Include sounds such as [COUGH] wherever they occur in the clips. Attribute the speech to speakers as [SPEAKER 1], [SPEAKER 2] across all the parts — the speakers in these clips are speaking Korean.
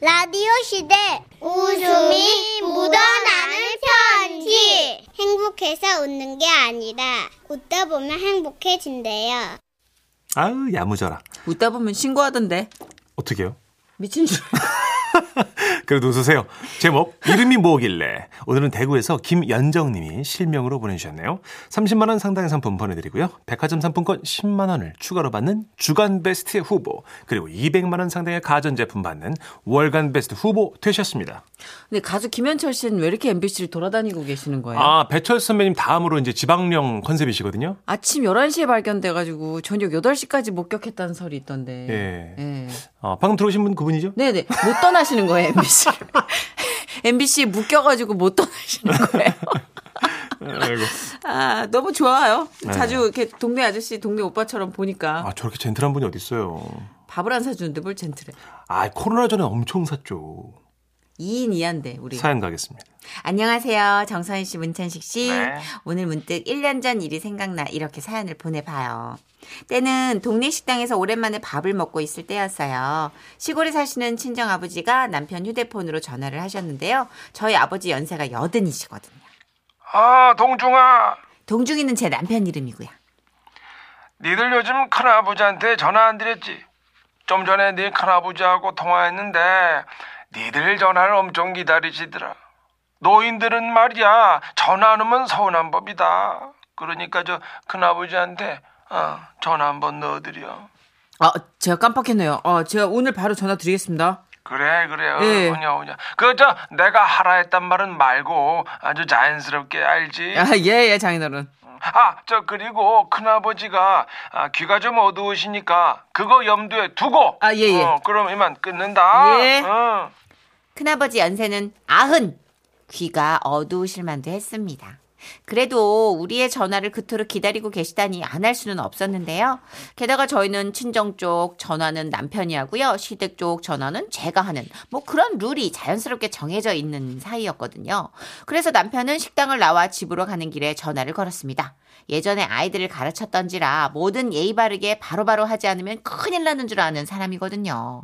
[SPEAKER 1] 라디오 시대 웃음이 묻어나는 편지 행복해서 웃는 게 아니라 웃다 보면 행복해진대요.
[SPEAKER 2] 아유 야무져라.
[SPEAKER 3] 웃다 보면 신고하던데.
[SPEAKER 2] 어떻게요?
[SPEAKER 3] 미친 줄.
[SPEAKER 2] 그래도 웃으세요. 제목 이름이 뭐길래 오늘은 대구에서 김연정님이 실명으로 보내주셨네요. 30만 원 상당의 상품 보내드리고요. 백화점 상품권 10만 원을 추가로 받는 주간 베스트 후보 그리고 200만 원 상당의 가전제품 받는 월간 베스트 후보 되셨습니다.
[SPEAKER 3] 근데 가수 김현철 씨는 왜 이렇게 MBC를 돌아다니고 계시는 거예요? 아.
[SPEAKER 2] 아 배철 선배님 다음으로 이제 지방령 컨셉이시거든요.
[SPEAKER 3] 침 11시에 발견돼가지고 저녁 8시까지 목격했다는 설이 있던데.
[SPEAKER 2] 예.
[SPEAKER 3] 예.
[SPEAKER 2] 어, 방금 들어오신 분 그분이죠?
[SPEAKER 3] 네네. 못 떠나시는 거예요, MBC. [LAUGHS] MBC 묶여가지고 못 떠나시는 거예요.
[SPEAKER 2] 네. 아이고.
[SPEAKER 3] 아, 너무 좋아요. 자주 이렇게 동네 아저씨, 동네 오빠처럼 보니까
[SPEAKER 2] 네. 아 저렇게 젠틀한 분이 어딨어요.
[SPEAKER 3] 밥을 안 사주는데 뭘 젠틀해.
[SPEAKER 2] 아 코로나 전에 엄청 샀죠.
[SPEAKER 3] 2인 2한데, 우리.
[SPEAKER 2] 사연 가겠습니다.
[SPEAKER 3] 안녕하세요. 정선희 씨, 문찬식 씨.
[SPEAKER 2] 네.
[SPEAKER 3] 오늘 문득 1년 전 일이 생각나 이렇게 사연을 보내봐요. 때는 동네 식당에서 오랜만에 밥을 먹고 있을 때였어요. 시골에 사시는 친정 아버지가 남편 휴대폰으로 전화를 하셨는데요. 저희 아버지 연세가 여든이시거든요.
[SPEAKER 4] 아, 동중아.
[SPEAKER 3] 동중이는 제 남편 이름이고요.
[SPEAKER 4] 니들 요즘 큰아버지한테 전화 안 드렸지? 좀 전에 네 큰아버지하고 통화했는데 니들 전화를 엄청 기다리시더라. 노인들은 말이야 전화 안 오면 서운한 법이다. 그러니까 저 큰아버지한테 어, 전화 한번 넣어드려.
[SPEAKER 3] 아, 제가 깜빡했네요. 아, 제가 오늘 바로 전화 드리겠습니다.
[SPEAKER 4] 그래 그래 어,
[SPEAKER 3] 예.
[SPEAKER 4] 오냐 오냐 그저 내가 하라 했단 말은 말고 아주 자연스럽게
[SPEAKER 3] [LAUGHS]
[SPEAKER 4] 알지
[SPEAKER 3] 아, 예, 예, 장인어른.
[SPEAKER 4] 아, 저 그리고 큰아버지가 아, 귀가 좀 어두우시니까 그거 염두에 두고.
[SPEAKER 3] 아, 예, 예.
[SPEAKER 4] 어, 그럼 이만 끊는다.
[SPEAKER 3] 예.
[SPEAKER 4] 응.
[SPEAKER 3] 큰아버지 연세는 아흔. 귀가 어두우실 만도 했습니다. 그래도 우리의 전화를 그토록 기다리고 계시다니 안 할 수는 없었는데요. 게다가 저희는 친정 쪽 전화는 남편이 하고요. 시댁 쪽 전화는 제가 하는 뭐 그런 룰이 자연스럽게 정해져 있는 사이였거든요. 그래서 남편은 식당을 나와 집으로 가는 길에 전화를 걸었습니다. 예전에 아이들을 가르쳤던지라 뭐든 예의 바르게 바로바로 하지 않으면 큰일 나는 줄 아는 사람이거든요.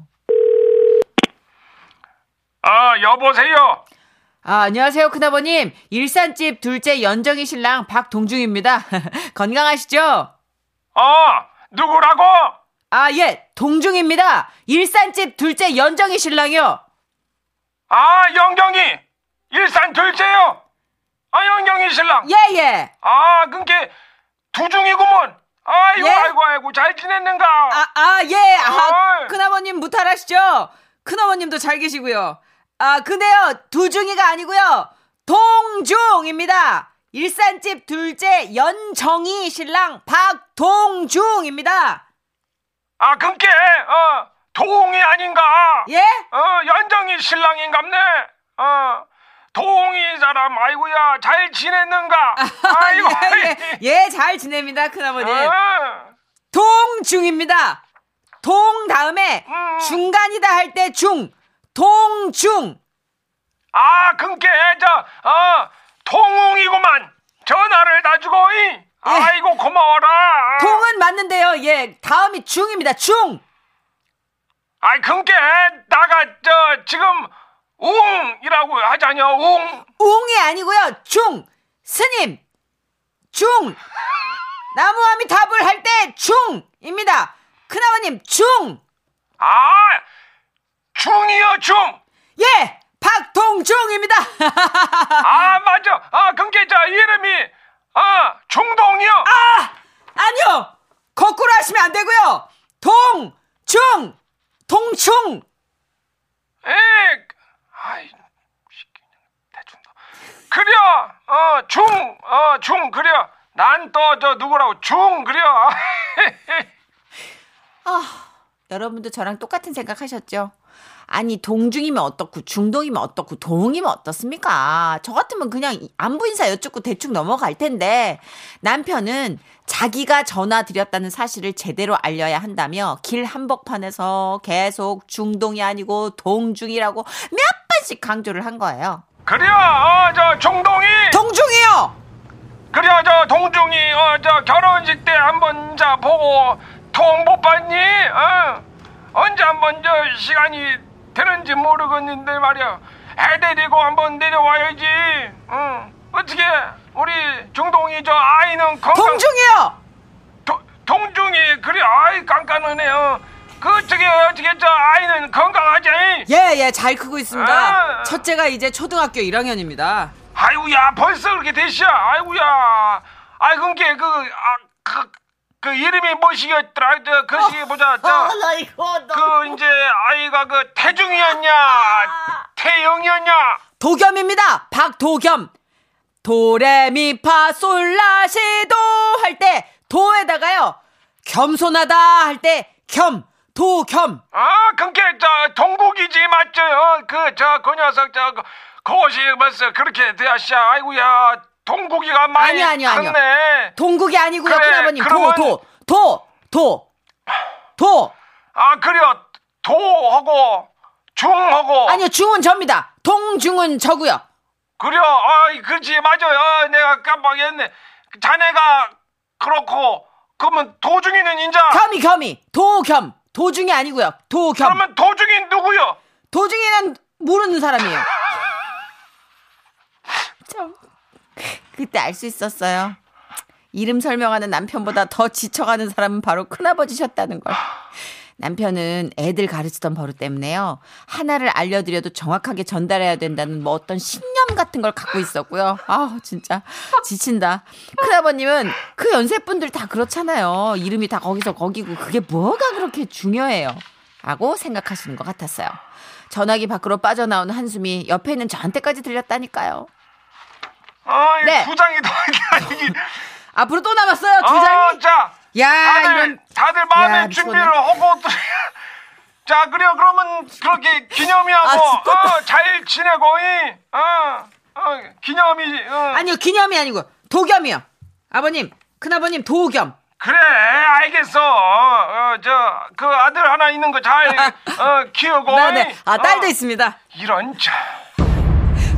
[SPEAKER 4] 아, 여보세요.
[SPEAKER 3] 아, 안녕하세요, 큰아버님. 일산집 둘째 연정이 신랑 박동중입니다. [LAUGHS] 건강하시죠?
[SPEAKER 4] 어, 누구라고?
[SPEAKER 3] 아, 예, 동중입니다. 일산집 둘째 연정이 신랑이요.
[SPEAKER 4] 아, 영경이. 일산 둘째요. 아, 영경이 신랑.
[SPEAKER 3] 예, 예.
[SPEAKER 4] 아, 그게 두중이구먼. 아이고,
[SPEAKER 3] 예?
[SPEAKER 4] 아이고, 아이고, 잘 지냈는가?
[SPEAKER 3] 아, 아, 예. 아,
[SPEAKER 4] 어이.
[SPEAKER 3] 큰아버님 무탈하시죠? 큰아버님도 잘 계시고요. 아, 근데요, 두중이가 아니고요. 동중입니다. 일산집 둘째 연정이 신랑 박동중입니다.
[SPEAKER 4] 아, 그게 어, 동이 아닌가?
[SPEAKER 3] 예?
[SPEAKER 4] 어, 연정이 신랑인갑네. 어, 동이 사람, 아이고야, 잘
[SPEAKER 3] [LAUGHS]
[SPEAKER 4] 지냈는가? 아이고,
[SPEAKER 3] 예, 예, 예, 잘 지냅니다, 큰아버님.
[SPEAKER 4] 어,
[SPEAKER 3] 동중입니다. 동 다음에
[SPEAKER 4] 음.
[SPEAKER 3] 중간이다 할 때 중. 동중.
[SPEAKER 4] 아, 근게, 저, 어, 통웅이구만. 전화를 다 주고,
[SPEAKER 3] 예.
[SPEAKER 4] 이. 아이고, 고마워라.
[SPEAKER 3] 동은 맞는데요. 예. 다음이 중입니다. 중.
[SPEAKER 4] 아이, 근게, 나가, 저, 지금, 웅이라고 하자냐, 웅.
[SPEAKER 3] 웅이 아니고요. 중. 스님. 중. 나무함이 답을 할 때 중입니다. 큰아버님 중.
[SPEAKER 4] 아, 중이요, 중.
[SPEAKER 3] 예. 박동중입니다. [LAUGHS]
[SPEAKER 4] 아, 맞아. 아, 근게, 저, 이름이, 아, 중동이요.
[SPEAKER 3] 아! 아니요! 거꾸로 하시면 안 되고요! 동, 중, 동충!
[SPEAKER 4] 에이, 아이, 새끼, 대충 더. 그려, 어, 중, 어, 중, 그려. 난 또 저 누구라고 중, 그려. [LAUGHS]
[SPEAKER 3] 여러분도 저랑 똑같은 생각 하셨죠? 아니, 동중이면 어떻고, 중동이면 어떻고, 동이면 어떻습니까? 저 같으면 그냥 안부 인사 여쭙고 대충 넘어갈 텐데, 남편은 자기가 전화 드렸다는 사실을 제대로 알려야 한다며, 길 한복판에서 계속 중동이 아니고 동중이라고 몇 번씩 강조를 한 거예요.
[SPEAKER 4] 그려, 어, 저 중동이.
[SPEAKER 3] 동중이요!
[SPEAKER 4] 그려, 저 동중이. 어, 저 결혼식 때 한번 자 보고 통 못 봤니? 어? 언제 한번 저 시간이 되는지 모르겠는데 말이야. 애 데리고 한번 내려와야지. 응. 어떻게 우리 중동이 저 아이는 건강
[SPEAKER 5] 동중이요.
[SPEAKER 4] 도- 동중이 그래 아이 깐깐하네요. 그 저기 어떻게 저 아이는 건강하지?
[SPEAKER 5] 예예 잘 크고 있습니다.
[SPEAKER 4] 아.
[SPEAKER 5] 첫째가 이제 초등학교 1학년입니다.
[SPEAKER 4] 아이고야 벌써 그렇게 됐어. 아이고야. 아이 그게 그아그 그, 그 이름이 뭐시겠더라? 저 그시
[SPEAKER 5] 어.
[SPEAKER 4] 보자. 저.
[SPEAKER 3] 아이고,
[SPEAKER 4] 그 이제 아이가 그 태중이었냐 태영이었냐
[SPEAKER 5] 도겸입니다. 박도겸. 도레미파 솔라시도 할 때 도에다가요. 겸손하다 할 때 겸. 도겸.
[SPEAKER 4] 아 그게 저 동국이지 맞죠 그저그 녀석 저 그- 그것이 벌써 그렇게 되었시야 아이고야 동국이가 많이
[SPEAKER 5] 아니요, 아니요, 아니요.
[SPEAKER 4] 컸네
[SPEAKER 5] 동국이 아니고요.
[SPEAKER 4] 그래,
[SPEAKER 5] 큰아버님.
[SPEAKER 4] 그러면-
[SPEAKER 5] 도, 도, 도, 도. 도.
[SPEAKER 4] 아 그래요 도하고 중하고
[SPEAKER 5] 아니요. 중은 접니다. 동중은 저고요.
[SPEAKER 4] 그래요 아 그렇지 맞아요 아, 내가 깜빡했네 자네가 그렇고 그러면 도중이는 인자
[SPEAKER 5] 겸이 겸이. 도겸. 도중이 아니고요. 도겸.
[SPEAKER 4] 그러면 도중이 누구요
[SPEAKER 5] 도중이는 모르는
[SPEAKER 4] [LAUGHS]
[SPEAKER 5] 사람이에요.
[SPEAKER 3] 그때 알 수 있었어요. 이름 설명하는 남편보다 더 지쳐가는 사람은 바로 큰아버지셨다는 걸. 남편은 애들 가르치던 버릇 때문에요. 하나를 알려드려도 정확하게 전달해야 된다는 뭐 어떤 신념 같은 걸 갖고 있었고요. 아 진짜 지친다. 큰아버님은 그 연세분들 다 그렇잖아요. 이름이 다 거기서 거기고 그게 뭐가 그렇게 중요해요. 라고 생각하시는 것 같았어요. 전화기 밖으로 빠져나오는 한숨이 옆에 있는 저한테까지 들렸다니까요.
[SPEAKER 4] 아,
[SPEAKER 3] 네.
[SPEAKER 4] 두 장이 더 이게
[SPEAKER 5] [LAUGHS]
[SPEAKER 4] 아니기.
[SPEAKER 5] 앞으로 또 남았어요. 두
[SPEAKER 4] 아,
[SPEAKER 5] 장이.
[SPEAKER 4] 자,
[SPEAKER 5] 야,
[SPEAKER 4] 다들
[SPEAKER 5] 이런-
[SPEAKER 4] 다들 마음의
[SPEAKER 3] 야, 미쳤네.
[SPEAKER 4] 준비를 하고 또- [LAUGHS] 자, 그래요. 그러면 그렇게 기념이하고
[SPEAKER 5] 아, 또-
[SPEAKER 4] 어, 잘 지내고, 이, 어, 어, 기념이, 어.
[SPEAKER 5] 아니요. 기념이 아니고 도겸이요. 아버님. 큰아버님 도겸.
[SPEAKER 4] 그래, 알겠어. 어, 어, 저, 그 아들 하나 있는 거 잘
[SPEAKER 5] [LAUGHS]
[SPEAKER 4] 어, 키우고.
[SPEAKER 5] 네네.
[SPEAKER 4] 이.
[SPEAKER 5] 아, 딸도
[SPEAKER 4] 어,
[SPEAKER 5] 있습니다.
[SPEAKER 4] 이런 참.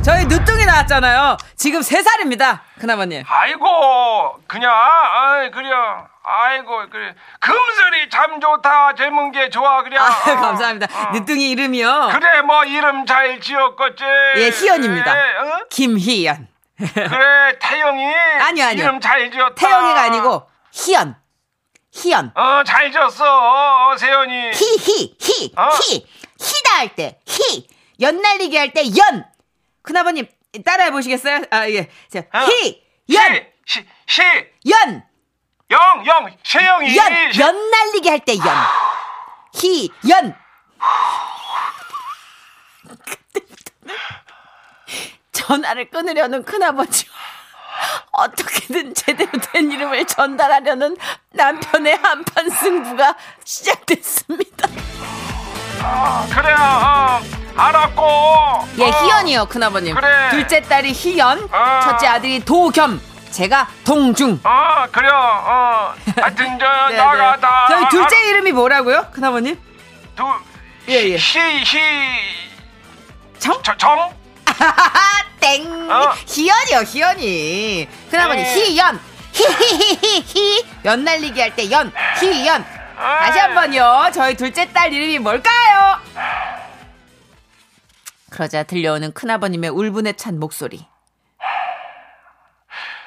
[SPEAKER 5] 저희 늦둥이 나왔잖아요. 지금 세살입니다 큰아버님.
[SPEAKER 4] 아이고, 그냥, 아이, 그래요. 아이고, 그래. 금슬이 참 좋다. 젊은 게 좋아, 그래.
[SPEAKER 5] 아, [LAUGHS]
[SPEAKER 4] 어,
[SPEAKER 5] 감사합니다.
[SPEAKER 4] 어.
[SPEAKER 5] 늦둥이 이름이요.
[SPEAKER 4] 그래 뭐 이름 잘 지었겠지.
[SPEAKER 5] 예, 희연입니다.
[SPEAKER 4] 예, 어?
[SPEAKER 5] 김희연. [LAUGHS]
[SPEAKER 4] 그래 태영이.
[SPEAKER 5] 아니요, 아니요.
[SPEAKER 4] 이름 잘 지었다.
[SPEAKER 5] 태영이가 아니고 희연. 희연.
[SPEAKER 4] 어 잘 지었어 어, 어, 세연이.
[SPEAKER 3] 히히 히,
[SPEAKER 4] 어?
[SPEAKER 3] 히. 히다 할 때 히. 연날리기 할 때 연.
[SPEAKER 5] 큰아버님 따라해 보시겠어요? 아, 예. 자,
[SPEAKER 4] 어.
[SPEAKER 5] 희, 연,
[SPEAKER 4] 시, 시, 시,
[SPEAKER 5] 연,
[SPEAKER 4] 영, 영, 세영이.
[SPEAKER 3] 연.
[SPEAKER 4] 시-
[SPEAKER 3] 연날리기 할 때 연. 히.
[SPEAKER 5] 연.
[SPEAKER 3] 전화를 끊으려는 큰아버지. 어떻게든 제대로 된 이름을 전달하려는 남편의 한판 승부가 시작됐습니다.
[SPEAKER 4] 어, 그래 어, 알았고.
[SPEAKER 5] 예,
[SPEAKER 4] 어,
[SPEAKER 5] 희연이요, 큰아버님.
[SPEAKER 4] 그래.
[SPEAKER 5] 둘째 딸이 희연,
[SPEAKER 4] 아.
[SPEAKER 5] 첫째 아들이 도겸, 제가 동중.
[SPEAKER 4] 어 그래 어
[SPEAKER 5] [LAUGHS]
[SPEAKER 4] 하여튼 저 나가 다.
[SPEAKER 5] 네, 저희 둘째 이름이 뭐라고요, 큰아버님?
[SPEAKER 4] 두.
[SPEAKER 5] 예, 예.
[SPEAKER 4] 시, 시.
[SPEAKER 5] 정?
[SPEAKER 4] 저, 정?
[SPEAKER 3] 하하, 아, 땡.
[SPEAKER 4] 어.
[SPEAKER 3] 희연이요, 희연이. 큰아버님,
[SPEAKER 4] 네.
[SPEAKER 3] 희연. 히히히히히. 연 날리기 할 때 연. 희연.
[SPEAKER 4] 아.
[SPEAKER 5] 다시 한 번요. 저희 둘째 딸 이름이 뭘까요?
[SPEAKER 3] 그러자 들려오는 큰아버님의 울분에 찬 목소리.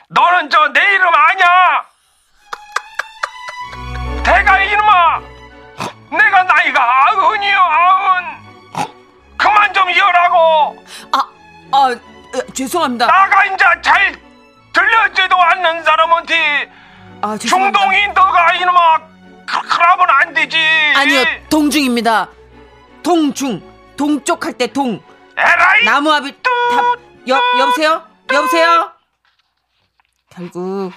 [SPEAKER 4] 너는 저 내 이름 아냐? 대가 이놈아! 내가 나이가 아흔이요 아흔! 그만 좀 이어라고!
[SPEAKER 5] 아, 아, 으, 죄송합니다.
[SPEAKER 4] 나가 인자 잘 들려지도 않는 사람한테
[SPEAKER 5] 아, 죄송합니다.
[SPEAKER 4] 중동이 너가 이놈아 그- 그러면 안 되지!
[SPEAKER 5] 아니요, 동중입니다. 동중. 동쪽 할 때 동.
[SPEAKER 4] 에라이!
[SPEAKER 5] 나무합이 답. 여, 여보세요? 여보세요?
[SPEAKER 3] 결국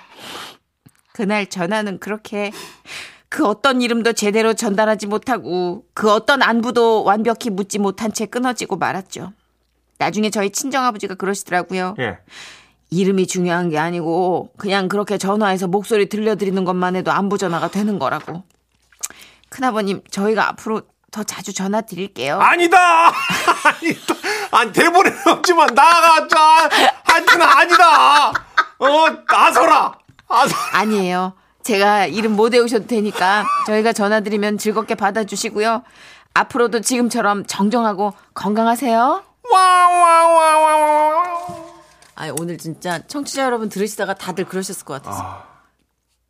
[SPEAKER 3] 그날 전화는 그렇게 그 어떤 이름도 제대로 전달하지 못하고 그 어떤 안부도 완벽히 묻지 못한 채 끊어지고 말았죠. 나중에 저희 친정아버지가 그러시더라고요.
[SPEAKER 2] 예.
[SPEAKER 3] 이름이 중요한 게 아니고 그냥 그렇게 전화해서 목소리 들려드리는 것만 해도 안부 전화가 되는 거라고. 큰아버님, 저희가 앞으로 더 자주 전화 드릴게요.
[SPEAKER 2] 아니다! [LAUGHS] 아니다! 아니, 대본에 없지만, 나가자! 하여튼 아니다! 어, 나서라! 아서
[SPEAKER 3] 아니에요. 제가 이름 못 외우셔도 되니까 저희가 전화드리면 즐겁게 받아주시고요. 앞으로도 지금처럼 정정하고 건강하세요. 아 오늘 진짜 청취자 여러분 들으시다가 다들 그러셨을 것 같아서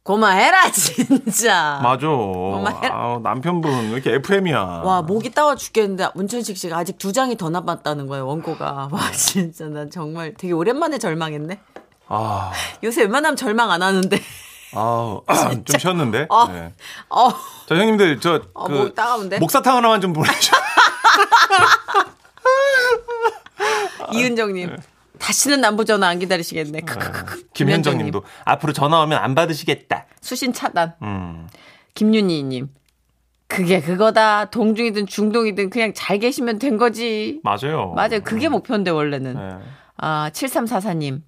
[SPEAKER 3] 고마해라 진짜.
[SPEAKER 2] 맞아.
[SPEAKER 3] 정말?
[SPEAKER 2] 아, 남편분 왜 이렇게 FM이야.
[SPEAKER 3] 와 목이 따와 죽겠는데 문천식 씨가 아직 두 장이 더 남았다는 거예요 원고가.
[SPEAKER 2] 네.
[SPEAKER 3] 와 진짜 난 정말 되게 오랜만에 절망했네.
[SPEAKER 2] 아,
[SPEAKER 3] 요새 웬만하면 절망 안 하는데. [LAUGHS]
[SPEAKER 2] 아우, [CLEARS THROAT] 좀 쉬었는데.
[SPEAKER 3] 어,
[SPEAKER 2] 네.
[SPEAKER 3] 어,
[SPEAKER 2] 자 형님들 저
[SPEAKER 3] 어,
[SPEAKER 2] 그
[SPEAKER 3] 목 따가운데?
[SPEAKER 2] 목사탕 하나만 좀 보내줘.
[SPEAKER 3] [LAUGHS] 이은정님 다시는 남부 전화 안 기다리시겠네. 크크크크.
[SPEAKER 2] 네. 김현정님도 앞으로 전화 오면 안 받으시겠다.
[SPEAKER 3] 수신 차단.
[SPEAKER 2] 음.
[SPEAKER 3] 김윤희님. 그게 그거다. 동중이든 중동이든 그냥 잘 계시면 된 거지.
[SPEAKER 2] 맞아요.
[SPEAKER 3] 맞아요. 그게 목표인데 원래는.
[SPEAKER 2] 어. 음. 네.
[SPEAKER 3] 아, 7344님.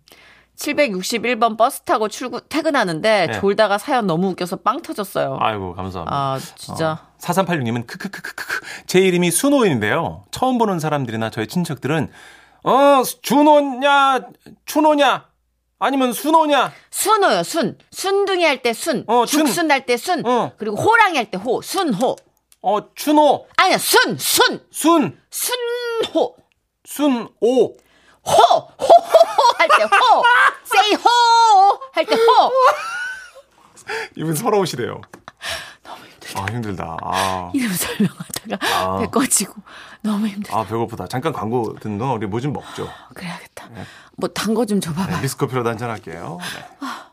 [SPEAKER 3] 761번 버스 타고 출근 퇴근하는데
[SPEAKER 2] 네.
[SPEAKER 3] 졸다가 사연 너무 웃겨서 빵 터졌어요.
[SPEAKER 2] 아이고 감사합니다.
[SPEAKER 3] 아, 진짜.
[SPEAKER 2] 4386님은 어, 크크크크크 제 이름이 순호인데요. 처음 보는 사람들이나 저의 친척들은 어 준호냐 준호냐 아니면 순호냐
[SPEAKER 3] 순호요. 순. 순둥이 할 때 순.
[SPEAKER 2] 어, 순.
[SPEAKER 3] 죽순 할 때 순.
[SPEAKER 2] 어.
[SPEAKER 3] 그리고 호랑이 할 때 호. 순호.
[SPEAKER 2] 어 준호
[SPEAKER 3] 아니야. 순. 순.
[SPEAKER 2] 순
[SPEAKER 3] 순호.
[SPEAKER 2] 순오
[SPEAKER 3] 호! 호호호! 할
[SPEAKER 2] [LAUGHS]
[SPEAKER 3] 때 호! 세이 호! 할 때 호!
[SPEAKER 2] 이분 서러우시대요. [LAUGHS] 너무 힘들다. 아 힘들다. 아.
[SPEAKER 3] 이름 설명하다가
[SPEAKER 2] 아.
[SPEAKER 3] [LAUGHS] 배 꺼지고 너무 힘들어.
[SPEAKER 2] 아 배고프다. 잠깐 광고 듣는 동안 우리 뭐 좀 먹죠.
[SPEAKER 3] 그래야겠다. 뭐 단 거 좀 줘봐봐.
[SPEAKER 2] 리스커피라도 한잔 할게요. 네.